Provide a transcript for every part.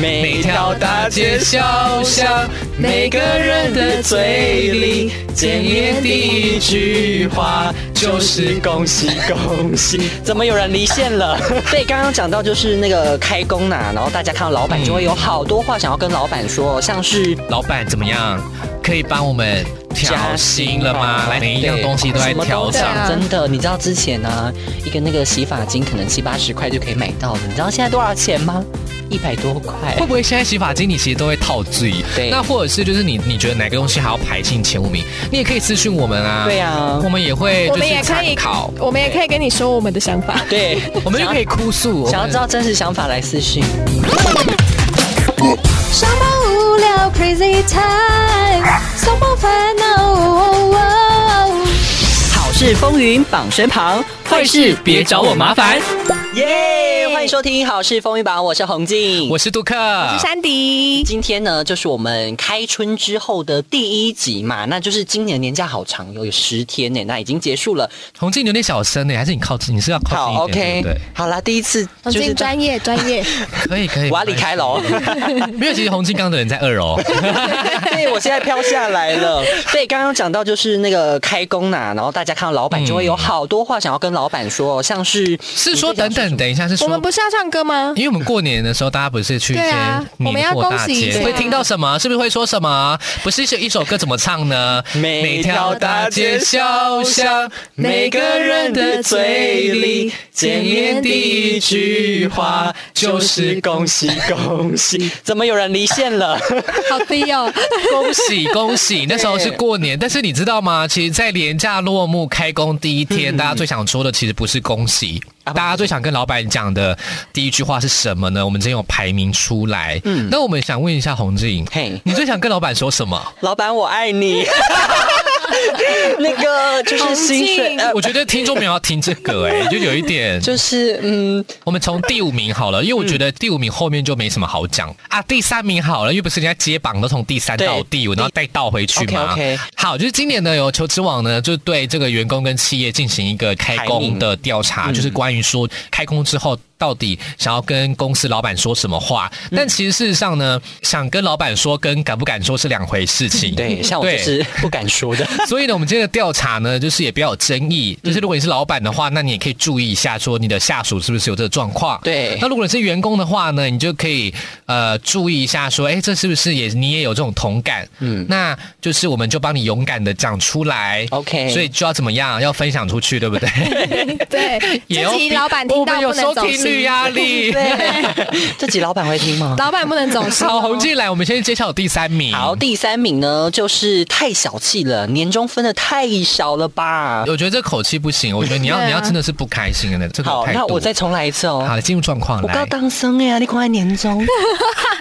每条大街小巷，每个人的嘴里，见面第一句话就是恭喜恭喜。怎么有人离线了？对，刚刚讲到就是那个开工呐、然后大家看到老板就会有好多话想要跟老板说，像是老板怎么样？可以帮我们调薪了吗？加薪吧来，每一样哦对东西都在什么调都上。涨真的，你知道之前呢、一个那个洗发精可能七八十块就可以买到的，你知道现在多少钱吗？一百多块会。不会现在洗发精你其实都会套醉？对那或者是就是你你觉得哪个东西还要排进前五名，你也可以私讯我们啊。对啊我们也会我就们也是可参以考，，我们也可以跟你说我们的想 法。对，我们就可以哭诉。想要我们知道真实想法来私讯。上班无聊，Crazy Time，上班烦恼。哦哦哦好事风云榜身旁，坏事别找我麻烦。耶！欢迎收听《好事风云榜》，我是洪静，我是杜克，山迪，今天呢，就是我们开春之后的第一集嘛，那就是今年年假好长，有有十天呢，那已经结束了。洪静你有点小声呢，欸还是你靠近？你是要好靠近一，OK，点？对不对，好啦，第一次我就是们专业专 业，可以可以。我要离开 了哦。 没有，其实洪静刚刚的人在二哦 楼。对，我现在飘下来了。对，刚刚讲到就是那个开工呐、然后大家看到老板就会有好多话想要跟老板说，像嗯是是说等等等一下，是我们说。不是要唱歌吗？因为我们过年的时候，大家不是去一对些啊我们年要货大恭喜一下街，会听到什么？是不是会说什么？不是一首歌怎么唱呢？ 每条大街小巷，每个人的嘴里见面第一句话就是恭喜恭喜。怎么有人离线 了？好低哦，恭喜恭喜！那时候是过年，但是你知道吗？其实，在年假落幕、开工第一天，大家最想说的其实不是恭喜，大家最想跟老板讲的第一句话是什么呢？我们今天有排名出来，那我们想问一下洪静，嘿你最想跟老板说什么？老板，我爱你。 那个就是薪水，洪静呃，我觉得听众没有要听这个、哎，就有一点，就是嗯，我们从第五名好了，因为我觉得第五名后面就没什么好讲啊。第三名好了，因为不是人家接榜都从第三到第五，然后再倒回去嘛。 OK，OK 好，就是今年呢，有求职网呢，就对这个员工跟企业进行一个开排工名的调嗯查，就是关于说开工之后。到底想要跟公司老板说什么话？但其实事实上呢，想跟老板说跟敢不敢说是两回事情。嗯对，像我就对是不敢说的。 所以呢，我们今天的调查呢，就是也比较有争议。就是如果你是老板的话，那你也可以注意一下，说你的下属是不是有这个状况。对那如果你是员工的话呢，你就可以呃注意一下，说，哎，这是不是也你也有这种同感？嗯，那就是我们就帮你勇敢的讲出来。 OK 所以就要怎么样？要分享出去，对不 对？对，也这要集老板我听们到有不收能走听率啊心，压 力。对，这集老板会听吗？老板不能走心哦。 好，洪进来，我们先揭晓第三 名。好，第三名呢，就是太小气了，年终分的太少了 吧？我觉得这口气不行，我觉得你要、对啊你要真的是不开心的那这个好，态度。那我再重来一次哦。好进入状况我来刚。当生哎、啊，你快年 终，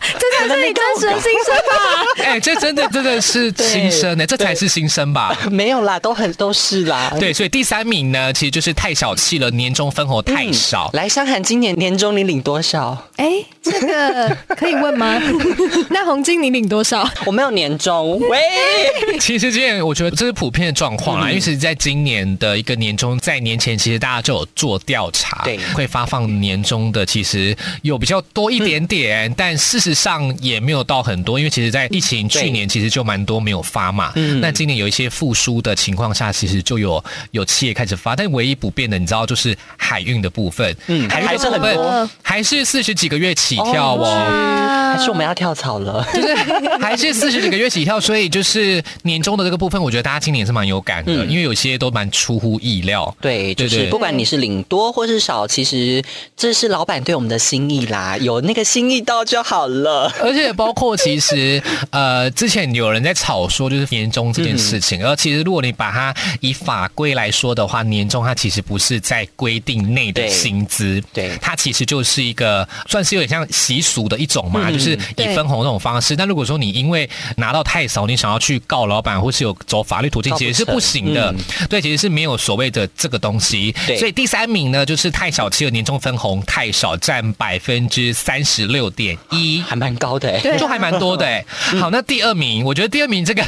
这才是你真实的心声吧？ 哎、这真的真的是新生呢、哎这才是新生吧？没有啦，都很都是啦。对，所以第三名呢，其实就是太小气了，年终分红嗯，太少。来，香涵，今年年终你领多少？ 哎，这个可以问吗？ 那红金你领多少？我没有年终，喂。 其实这件我觉得这是普遍的状况嗯啦，因为其实在今年的一个年终，在年前其实大家就有做调查，对会发放年终的，其实有比较多一点嗯点，但事实上也没有到很多，因为其实在疫情对嗯去年其实就蛮多没有发嘛，那今年有一些复苏的情况下，其实就有有企业开始发，但唯一不变的，你知道就是海运的部分，嗯海运还的是很部分多，还是四十几个月起跳哦嗯呃还是我们要跳槽了？就是还是四十几个月起跳，所以就是年终的这个部分，我觉得大家今年也是蛮有感的，因为有些都蛮出乎意料。对，就对是对不管你是领多或是少，其实这是老板对我们的心意啦，有那个心意到就好了。而且包括其实呃，之前有人在吵说就是年终这嗯件事情，而其实如果你把它以法规来说的话，年终它其实不是在规定内的对薪资，对它其实就是一个算是有点像习俗的一种嗯嘛，就是以对分红这种方式。但如果说你因为拿到太少，你想要去告老板或是有走法律途径，告不其实是不成行的。嗯对，其实是没有所谓的这个东西。对所以第三名呢，就是太小气的年终分红太少，占百分之三十六点一。还蛮高的、欸，对啊就还蛮多的哎、好，那第二名，我觉得第二名这个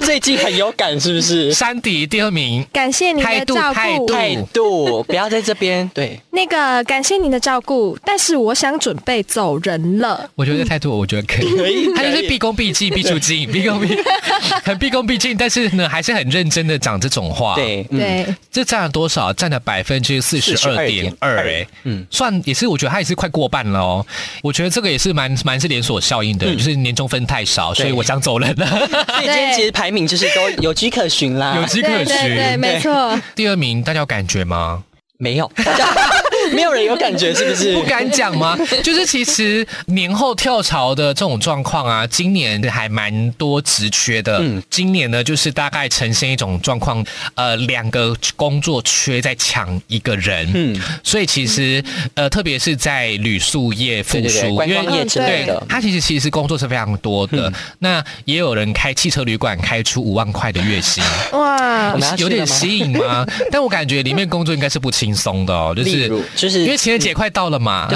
最近很有感是不是？山迪第二名，感谢您态的度照态顾度， 态度不要在这边，对，那个感谢您的照顾，但是我想准备走人了。我觉得这态度我觉得可以，可以 他就是可以毕恭毕敬、毕恭毕敬、毕恭毕，很毕恭毕敬，但是呢还是很认真的讲这种话。，对，嗯，对，这占了多少？占了百分之四十二点二，哎，嗯嗯，算也是，我觉得它也是快过半了哦。我觉得这个也是蛮蛮是连锁效应的，就是年终分太少，所以我想走人了。 所以今天其实排名就是都有迹可循啦，有迹可对对循。对，没错，第二名，大家有感觉吗？没有？大家 没有人有感觉是不是不？敢讲吗？ 就是其实年后跳槽的这种状况啊，今年还蛮多职缺的。嗯嗯，今年呢，就是大概呈现一种状况，呃，两个工作缺在抢一个人。嗯嗯，所以其实呃，特别是在旅宿业复对对对，苏，观光业之类对的，，嗯他其实其实工作是非常多的。那也有人开汽车旅馆开出五万块的月薪， 哇我，们要去有了点吗吸引 吗？但我感觉里面工作应该是不轻松的哦，就例是如就是嗯因为情人节快到了嘛。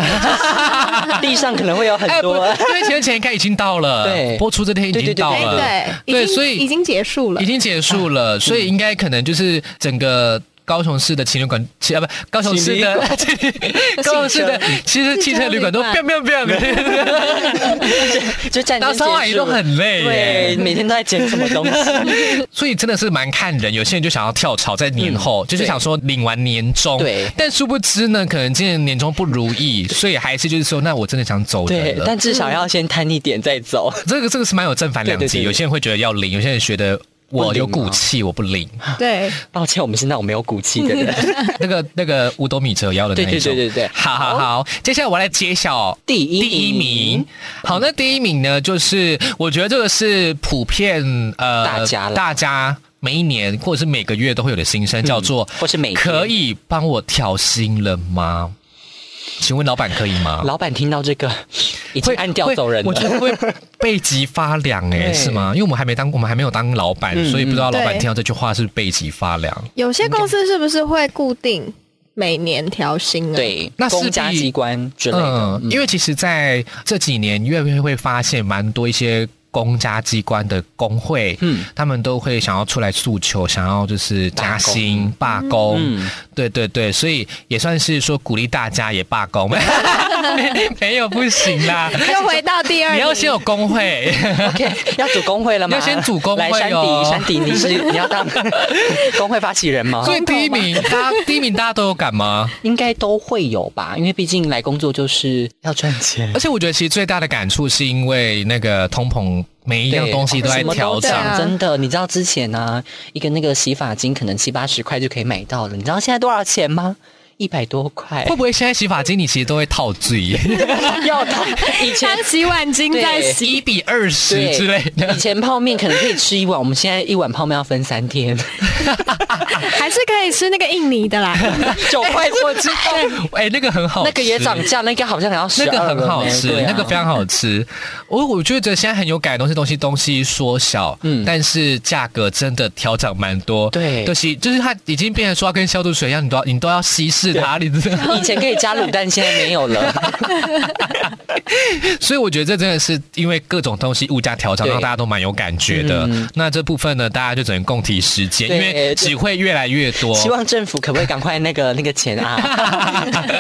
地上可能会有很哎，不，多。啊因为情人节应该已经到了， 对播出这天已经到哎了，对，已经所以已经结束了已，经结束嗯了，所以应该可能就是整个。高雄市的情侣馆，其啊不，高雄市的 高雄 市的其实汽车旅馆都汽车变变变， 就战到争三万也结束都很累耶对，每天都在捡什么东西， 所以真的是蛮看人。有些人就想要跳槽在年后，就是想说领完年终，嗯对但殊不知呢，可能今年年终不如意，所以还是就是说，那我真的想走人对，了。但至少要先贪一点再走。这个这个是蛮有正反两极，对对对有些人会觉得要领，有些人觉得我不领啊有骨吗气，我不领。对，抱歉，我们是那种没有骨气的人。 那个那个五斗米折腰的那一对对种。对对对好好好，接下来我来揭晓第一第一名名。好，那第一名呢，就是我觉得这个是普遍呃大家啦嗯大家。每一年或者是每个月都会有的心声，叫做或是每天可以帮我调薪了吗？请问老板可以吗？老板听到这个，已经按掉走人会我觉了。得会背脊发凉哎、对是吗？因为我们还没当，我们还没有当老板，嗯所以不知道老板对听到这句话是不是背脊发凉。有些公司是不是会固定每年调薪啊？，对，那势必嗯公家机关之类的，因为其实在这几年，越来越会发现蛮多一些。公家机关的工会，嗯嗯，他们都会想要出来诉求，想要就是加薪、罢工，嗯对对对，所以也算是说鼓励大家也罢 工，没没有不行啦，又回到第二你 名，要先有工会， OK，要组工会了吗？要先组工会来，山哦迪，山迪， 你是你要当工会发起人吗？所以第一名，大家第一名大家都有感吗？应该都会有吧，因为毕竟来工作就是要赚钱而。且我觉得其实最大的感触是因为那个通膨，每一样对东西都在什么调对涨啊。真的，你知道之前呢、一个那个洗发精可能七八十块就可以买到了，你知道现在多少钱吗？一百多 块会，不会现在洗发精你其实都会套醉？要到以前千洗碗巾在对洗，一比二十对之类的以。前泡面可能可以吃一碗，我们现在一碗泡面要分三天，还是可以吃那个印尼的 啦。九块我知道，哎、那个很好吃，那个也涨，价，那个好像也要十那个二了很好吃，对啊那个非常好吃。我我觉得现在很有感的东西，东西东西缩小，嗯，嗯但是价格真的调涨蛮多，对就是就是它已经变成说要跟消毒水一样，你都要你都要稀释它，你知道吗。以前可以加卤蛋，现在没有了。 所以我觉得这真的是因为各种东西物价调整，对嗯让大家都蛮有感觉的。那这部分呢，大家就只能共体时间，因对为只会越来越多。希望政府可不可以赶快那个那个钱 啊？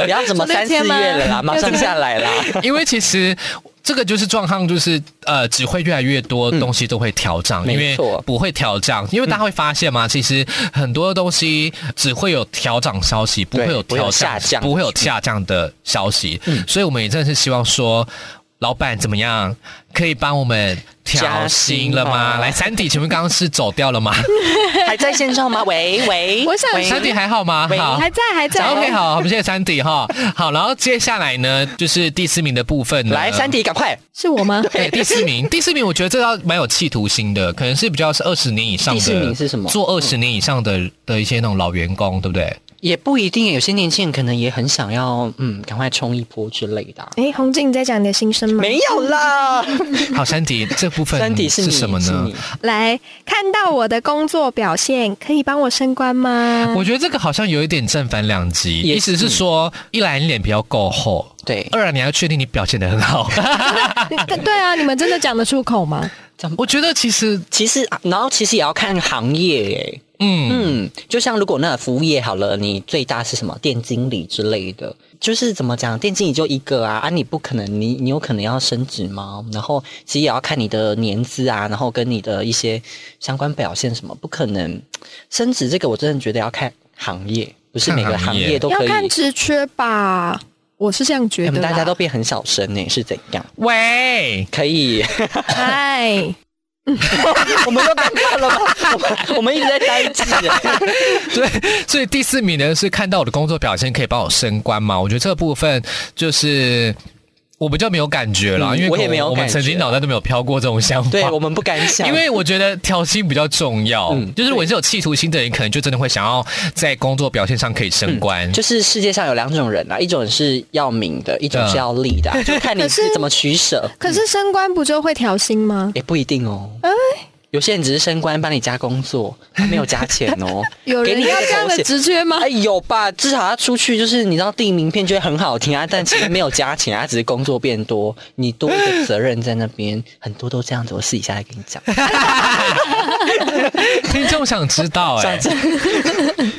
不要怎么说那三四天月吗了啦，马上下来啦。 因为其实这个就是状况，就是呃，只会越来越多东西都会调涨，因为嗯没错嗯不会调涨，因为大家会发现嘛，其实很多东西只会有调涨消息，不会有不会有调降下降嗯不会有下降的消息，所以我们也真的是希望说。老板怎么样？可以帮我们调加薪薪了吗？吗来，三弟，请问刚刚是走掉了吗？还在线上吗？喂喂，我 想喂三弟还好吗？喂好，还在还在 OK，好，我们谢谢三弟哈。好，然后接下来呢，就是第四名的部分呢。来三弟赶快，是我吗？ 对，第四名，第四名，我觉得这要蛮有企图心的，可能是比较是二十年以上的。第四名是什么嗯 做二十年以上的的一些那种老员工，对不对？也不一定，有些年轻人可能也很想要，嗯，赶快冲一波之类的啊、哎，洪静，你在讲你的心声吗？没有啦，好，山迪这部分三体是你什么是呢你？来看到我的工作表现，可以帮我升官吗？我觉得这个好像有一点正反两极，也嗯意思是说，一来你脸皮要够厚，对，二来你要确定你表现的 很好。你对对啊，你们真的讲得出口吗？我觉得其实，其实啊然后其实也要看行业耶。嗯，嗯，就像如果那服务业好了，你最大是什么店经理之类的，就是怎么讲，店经理就一个啊，啊你不可能，你你有可能要升职吗？然后其实也要看你的年资啊，然后跟你的一些相关表现什么，不可能升职这个我真的觉得要看行业，不是看每个行行业业都要可以。看啊职缺吧，我是这样觉你得们啦。大家都变很小声呢、是怎样？喂， 可以，嗨，我们又尴尬了吗？我们我们一直在呆滞耶。对，所以第四名呢是看到我的工作表现可以帮我升官嘛？我觉得这部分就是我比较没有感觉啦，嗯因为我也没有我们感曾经觉脑袋都没有飘过这种想法。对我们不敢想，因为我觉得调薪比较重要，嗯就是我是有企图心的人，可能就真的会想要在工作表现上可以升官。就是世界上有两种人啊，一种是要名的，一种是要利的啊、就看 你可是是怎么取舍。可是升官不就会调薪吗？。也不一定哦。有些人只是升官帮你加工作，他没有加钱哦 有给人你一个要这样的头衔职缺吗哎，？有吧？至少他出去就是你知道递名片就会很好听啊，但其实没有加钱，啊他只是工作变多，你多一个责任在那边，很多都这样子。我私底下来跟你讲，听众想知道、哎，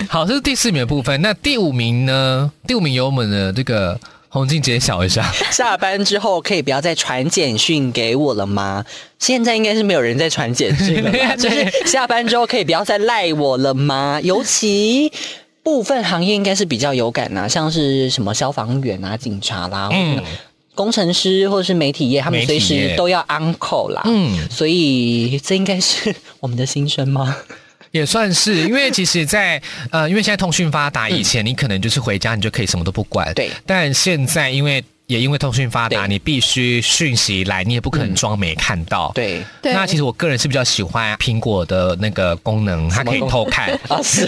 好，这是第四名的部分。那第五名呢？第五名由我们的这个洪静揭晓 一下。下班之后可以不要再传简讯给我了吗？现在应该是没有人在传简讯了吧，就是下班之后可以不要再赖我了吗？尤其。部分行业应该是比较有感呐、啊像是什么消防员啊、警察啦，嗯嗯、工程师或者是媒体业，他们媒随体时业都要 uncle 啦。嗯嗯，所以这应该是我们的心声吗？也算是，因为其实在，呃，因为现在通讯发达，以前你可能就是回家你就可以什么都不管，对但现在因为也因为通讯发对达，你必须讯息来，你也不可能装没看到。。嗯对，对那其实我个人是比较喜欢苹果的那个功能，它可以功能 偷看。啊是，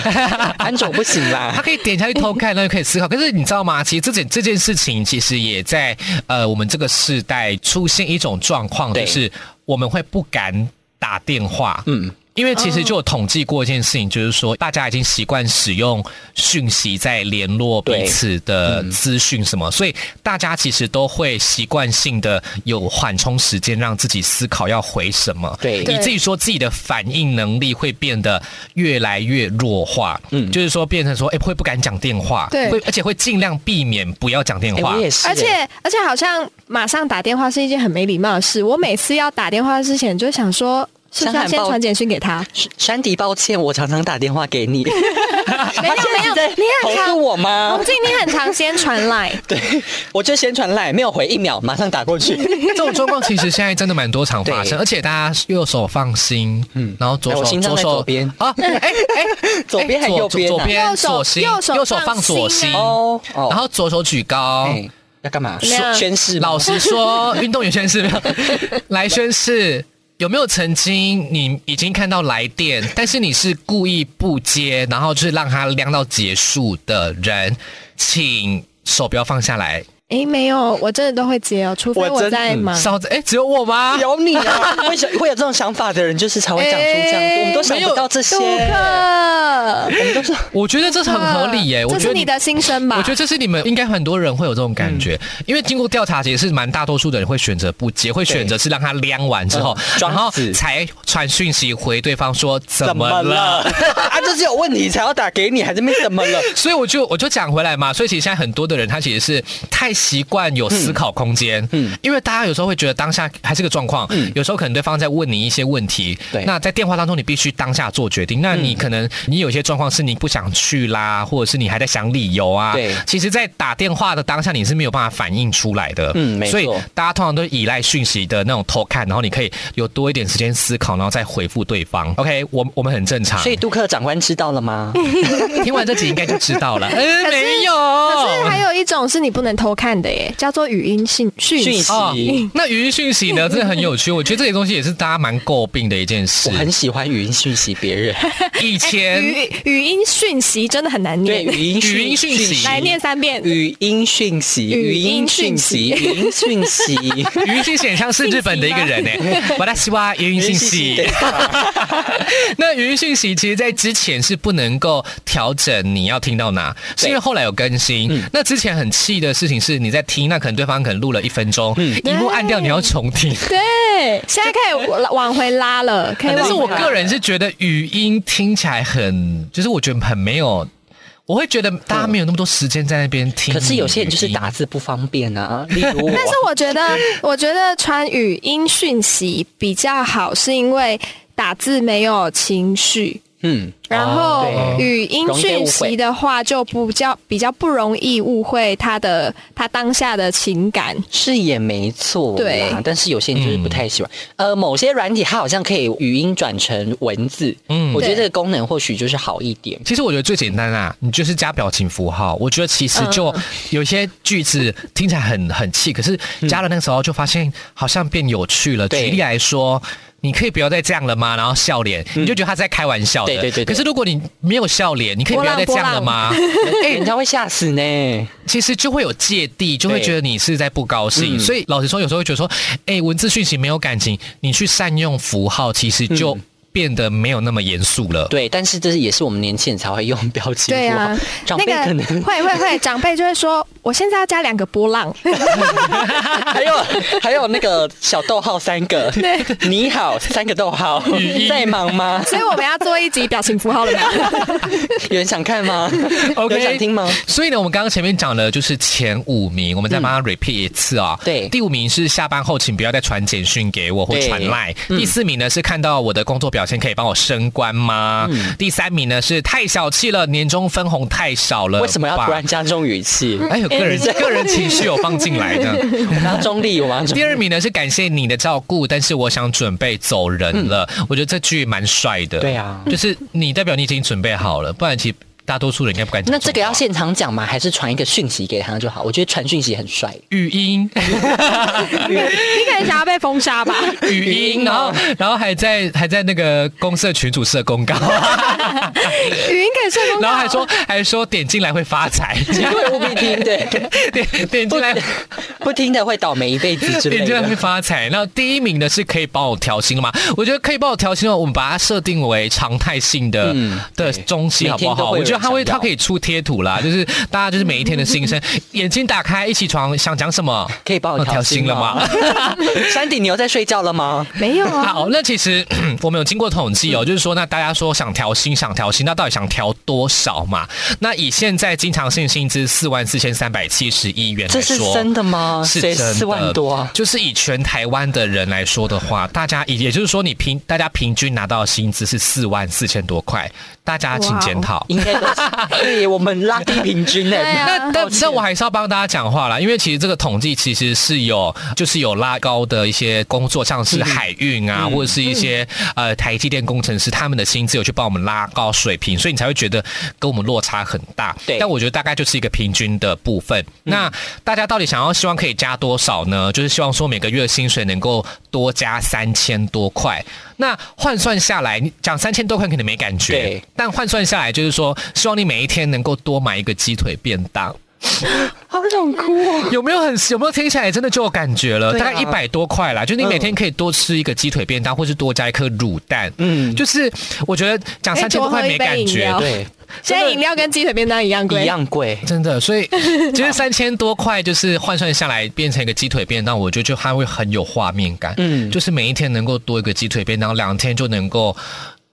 安总不行他 啦。可以点下去偷看，那就可以思考。可是你知道吗？其实这件这件事情，其实也在呃我们这个世代出现一种状况，就对是我们会不敢打电话。嗯，因为其实就有统计过一件事情，就是说大家已经习惯使用讯息在联络彼此的资讯什么，所以大家其实都会习惯性的有缓冲时间，让自己思考要回什么。对以至于说自己的反应能力会变得越来越弱化。嗯，就是说变成说，哎、会不敢讲电话，对会而且会尽量避免不要讲电哎、话。我也是、而且而且好像马上打电话是一件很没礼貌的事。我每次要打电话之前，就想说是不是要想喊先报传简讯给他？山山迪，抱歉，我常常打电话给你，啊没 有没有，你投很诉常，我啊吗洪？静你很常先传来，对，我就先传赖，没有回一秒，马上打过去。这种状况其实现在真的蛮多常发生，对而且大家右手放心，嗯，然后左哎手、我心脏左在手左边啊，哎哎，左边还右边、啊？左左边右手左心，右手放放左心，心啊哦哦，然后左手举高。哎要干嘛？没有说宣誓吗老实说，运动员宣誓 没有来宣誓。有没有曾经你已经看到来电，但是你是故意不接，然后就是让它亮到结束的人，请手不要放下来。哎，没有，我真的都会接哦，除非我真我在嗯忙。嫂子，哎，只有我吗？有你啊！ 为什么会有这种想法的人，就是才会讲出这样？哎我们都想不到这些杜，克，我们都是我觉得这是很合理耶、我这觉是得你的心声吧？我觉得这是你们应该很多人会有这种感觉，嗯因为经过调查也是蛮大多数的人会选择不接，会选择是让他晾完之后，嗯然后装死才传讯息回对方说 怎怎么么了？了。 啊，就是有问题才要打给你，还是没怎么 了？所以我就我就讲回来嘛，所以其实现在很多的人他其实是太习惯有思考空间，嗯，因为大家有时候会觉得当下还是个状况，有时候可能对方在问你一些问题，嗯对嗯那在电话当中你必须当下做决定，那你可能你有些状况是你不想去啦，或者是你还在想理由啊，对其实，在打电话的当下你是没有办法反应出来的，嗯没错所以大家通常都依赖讯息的那种偷看，然后你可以有多一点时间思考，然后再回复对方。OK，我我们很正常，所以杜克长官知道了吗？ 听完这集应该就知道了。嗯，可是没有。可是还有一种是你不能偷看的耶，叫做语音信讯讯息。息，哦那语音讯息呢，真的很有趣。我觉得这些东西也是大家蛮诟病的一件事我。很喜欢语音讯息别人，哎以前语语音讯息真的很难对念，语音语音讯 息来念三遍。语音讯息，语语音音讯讯息息，语音讯息， 语音信息很像是日本的一个 人呢、欸，我来希望语音信息。那语音讯息其实，在之前是不能够调整你要听到哪，是因为后来有更新。嗯那之前很气的事情是，你在听，那可能对方可能录了一分钟，嗯一幕按掉，你要重听。对，现在可以往往回拉了，可以往回拉。但是我个人是觉得语音听起来很，就是我觉得很没有，我会觉得大家没有那么多时间在那边听。嗯可是有些人就是打。字不方便 啊，例如我。但是我觉得，我觉得传语音讯息比较好，是因为打字没有情绪，嗯，然后语音容易被讯误息会的话就不叫比较不容易误会他的他当下的情感。是也没错对啦，但是有些人就是不太喜欢。呃，某些软体它好像可以语音转成文字，嗯嗯，我觉得对这个功能或许就是好一点。其实我觉得最简单啊，你就是加表情符号。我觉得其实就嗯有些句子听起来很很气，可是加了那个时候就发现好像变有趣了。嗯对举例来说。你可以不要再这样了吗？然后笑脸，你就觉得他在开玩笑嗯的。对对对对可是如果你没有笑脸，你可以不要再这样了吗？哎，人家会吓死呢。其实就会有芥蒂，就会觉得你是在不高嗯兴。所以老实说，有时候会觉得说，哎、文字讯息没有感情，你去善用符号，其实就变得没有那么严肃了。嗯对，但是这是也是我们年轻人才会用标情对符号，啊，长那辈可个能会会会，长辈就会说，我现在要加两个波浪， 还有还有那个小逗号三个，你好三个逗号，在忙 吗？所以我们要做一集表情符号了吗？有人想看吗 OK 有人想听吗？嗯所以呢，我们刚刚前面讲了，就是前五名，我们再帮他 repeat 一次啊、对第五名是下班后请不要再传简讯给我或对嗯传赖。第四名呢是看到我的工作表现可以帮我升官吗？嗯第三名呢是太小气了，年终分红太少了。为什么要突然？加重语气？哎呦， 个人个人情绪有放进来的。拿中立，我拿中立 第二名呢是感谢你的照顾，但是我想准备走人了。我觉得这句蛮帅的。嗯对啊就是你代表你已经准备好了，不然其实大多数人应该不敢讲那种话。这个要现场讲吗？还是传一个讯息给他就好？我觉得传讯息很帅。 语音。你可能想要被封杀吧？语音，然哦后然后还在还在那个公社群主社 公告，语音可以顺风然到后还说还说点进来会发财，对，务必听，对， 点点进来不听的会倒霉一辈子之类 点进来会的。发财。那第一名呢是可以帮我调薪了吗？我觉得可以帮我调薪了，我们把它设定为常态性的、嗯的中心好不每天都好？会有我觉得他会人想他要可以出贴图啦，就是大家就是每一天的心声，眼睛打开一起床想讲 什么。可以帮我哦调调薪薪了吗？山顶，你又在睡觉了吗？没有啊，好，那其实 我们有经过统计哦，就是说，那大家说想调薪，想调薪，那到底想调多少嘛？那以现在经常性薪资四万四千三百七十一元来这是说，真的吗？是谁真的哦四万多啊？就是以全台湾的人来说的话，大家也也就是说，你平大家平均拿到的薪资是四万四千多块，大家哦请检讨。应该都是对，我们拉低平均呢、那啊但抱歉但我还是要帮大家讲话啦，因为其实这个统计其实是有就是有拉高的一些工作，像是海运嗯啊，或者是一些呃台积电工程师，他们的薪资有去帮我们拉高水平，所以你才会觉得跟我们落差很大。对嗯但我觉得大概就是一个平均的部分。那大家到底想要希望可以加多少呢？就是希望说每个月薪水能够多加三千多块。那换算下来，你讲三千多块可能没感觉，对但换算下来就是说，希望你每一天能够多买一个鸡腿便当。好想哭哦。有没有很有没有听起来真的就有感觉了？对啊大概一百多块啦，就是你每天可以多吃一个鸡腿便当，或是多加一颗卤蛋。嗯，就是我觉得讲可以三千多多喝块没一杯感饮觉料，对，现在饮料跟鸡腿便当一样贵，一样贵。真的，所以其实三千多块就是换算下来变成一个鸡腿便当，我觉得就它会很有画面感。嗯，就是每一天能够多一个鸡腿便当，两天就能够。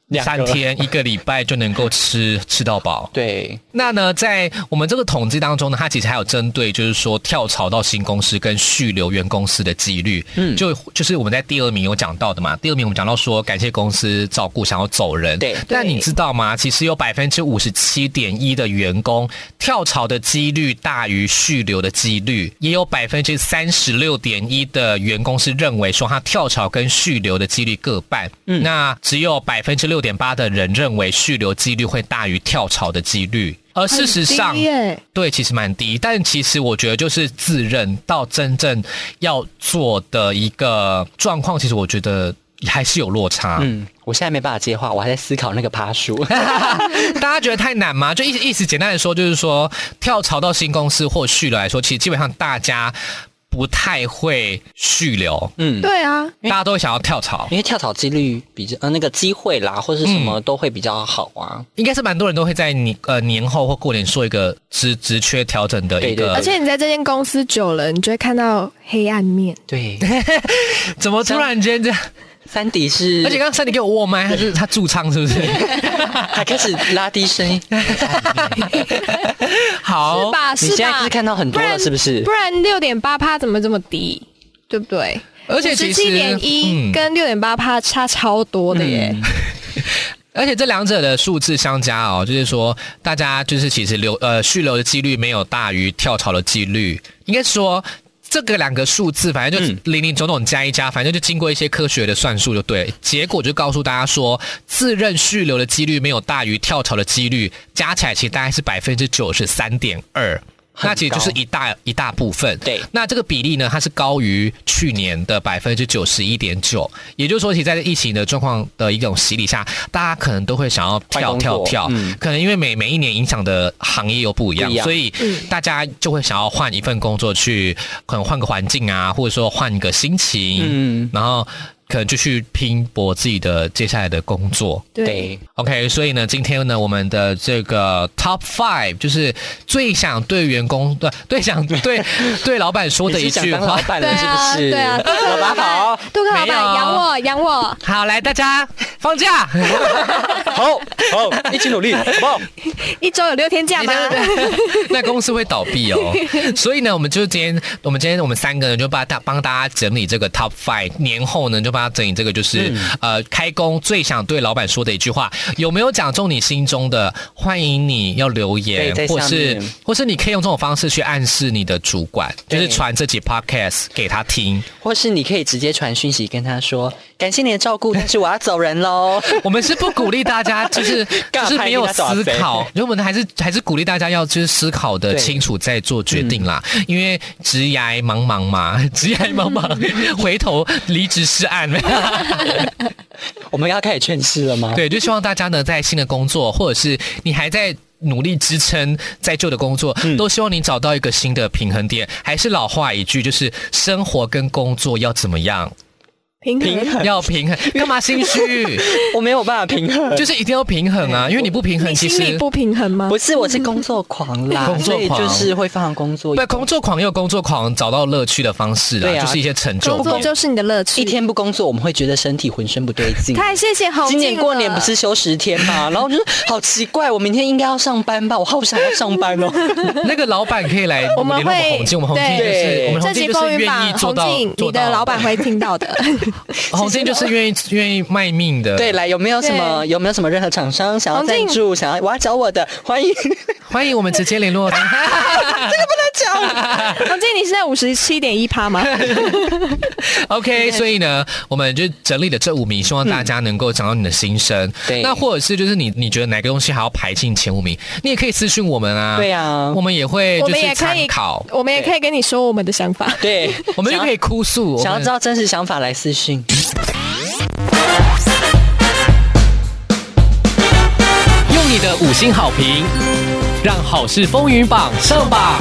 两个三天一个礼拜就能够吃吃到饱。对，那呢，在我们这个统计当中呢，它其实还有针对，就是说跳槽到新公司跟续留原公司的几率，嗯，就就是我们在第二名有讲到的嘛。第二名我们讲到说，感谢公司照顾，想要走人。对但对你知道吗？其实有百分之五十七点一的员工跳槽的几率大于续留的几率，也有百分之三十六点一的员工是认为说他跳槽跟续留的几率各半。嗯，那只有百分之六点八的人认为续留几率会大于跳槽的几率。而事实上很低，耶对，其实蛮低。但其实我觉得，就是自认到真正要做的一个状况，其实我觉得还是有落差。嗯，我现在没办法接话，我还在思考那个爬树。大家觉得太难吗？就意思意思简单的说，就是说跳槽到新公司或续留来说，其实基本上大家不太会续留，嗯，对啊，大家都会想要跳槽，因为跳槽几率比较，呃，那个机会啦，或是什么都会比较好啊。应该是蛮多人都会在年呃年后或过年做一个职职缺调整的一对对对个。而且你在这间公司久了，你就会看到黑暗面。对，怎么突然间这样？三迪是，而且刚刚三弟给我握麦，他是他驻唱是 不是？还 开始拉低声音。好，是吧？哦你是现在吧？啊就是看到很多了，是不是不？然六点八趴怎么这么低？对不对？而且其实十七点一嗯跟六点八趴差超多的耶。嗯而且这两者的数字相加哦，就是说大家就是其实留呃续留的几率没有大于跳槽的几率，应该说。这个两个数字，反正就是零零总总加一加，反正就经过一些科学的算术就对了。结果就告诉大家说，自认续留的几率没有大于跳槽的几率，加起来其实大概是百分之九十三点二，很那其实就是高一大一大部分。对那这个比例呢，它是高于去年的百分之九十一点九，也就是说，其实在疫情的状况的一种洗礼下，大家可能都会想要跳换工跳作跳，嗯可能因为每每一年影响的行业又不一样，不一样所以大家就会想要换一份工作去，可能换个环境啊，或者说换一个心情，嗯然后可能就去拼搏自己的接下来的工作。对， OK，所以呢，今天呢，我们的这个 Top Five 就是最想对员工对对想 对对老板说的你一是想句当老话。板对了，是啊，不是？对啊，杜克老老板板好，，杜克老没有板养我养我，好，来大家放 假，好，好，一起努力，好不好？一周有六天假吗？ 那公司会倒 闭哦。所以呢，我们就今天，我们今天我们三个人就把大帮大家整理这个 Top Five，年后呢就帮他整理这个就是、嗯呃开工最想对老板说的一句话，有没有讲中你心中的？欢迎你要留言对，在或下是面或是你可以用这种方式去暗示你的主管，就是对传这集 Podcast 给他听。或是你可以直接传讯息跟他说，感谢你的照顾，但是我要走人喽。我们是不鼓励大家， 就是干就嘛是没有思拍你考那，因为我们还是还是鼓励大家要就是思考的对清楚再做决定啦。因为职涯茫茫嘛， 职涯茫茫， 回头离职是岸。 我们要开始劝世了吗？，对，就希望大家呢，在新的工作，或者是你还在。努力支撑在旧的工作，嗯都希望你找到一个新的平衡点。还是老话一句，就是生活跟工作要怎么 样，平衡平衡，要平衡。干嘛心 虚？我没有办法平衡。就是一定要平衡啊，因为你不平衡，你其心实里不平衡 吗不？是，我是工作狂啦，工作所以狂就是会放工作，对，工作狂也有工作狂找到乐趣的方式啦，对啊就是一些成就工作感。就是你的乐趣一。天不工作，我们会觉得身体浑身不对劲。太谢啊谢红今静年过年了不是休十天 嘛，然后我就说好奇怪，我明天应该要上班吧，我好想要上班哦。那个老板可以来我们联络会红静，我们红静就 对是我们红这静集就风是云愿意榜，做红到静，做你到的老板会听 到的。红静就是愿意愿意卖命的。 对，，来有没有什么有没有什么任何厂商想要王静赞助，想要我要找我的，欢迎。 欢迎我们直接 联络。 红静，你现在五十七点一趴吗？ OK，所以呢，我们就整理了这五名，希望大家能够讲到你的心声。对那或者是就是你你觉得哪个东西还要排进前五名，你也可以私讯我们啊。对啊我们也会我就们是也可参以考，，我们也可以跟你说我们的想法。对，我们就可以哭诉。想要我们知道真实想法来私讯。用你的五星好评，让好事风云榜上榜。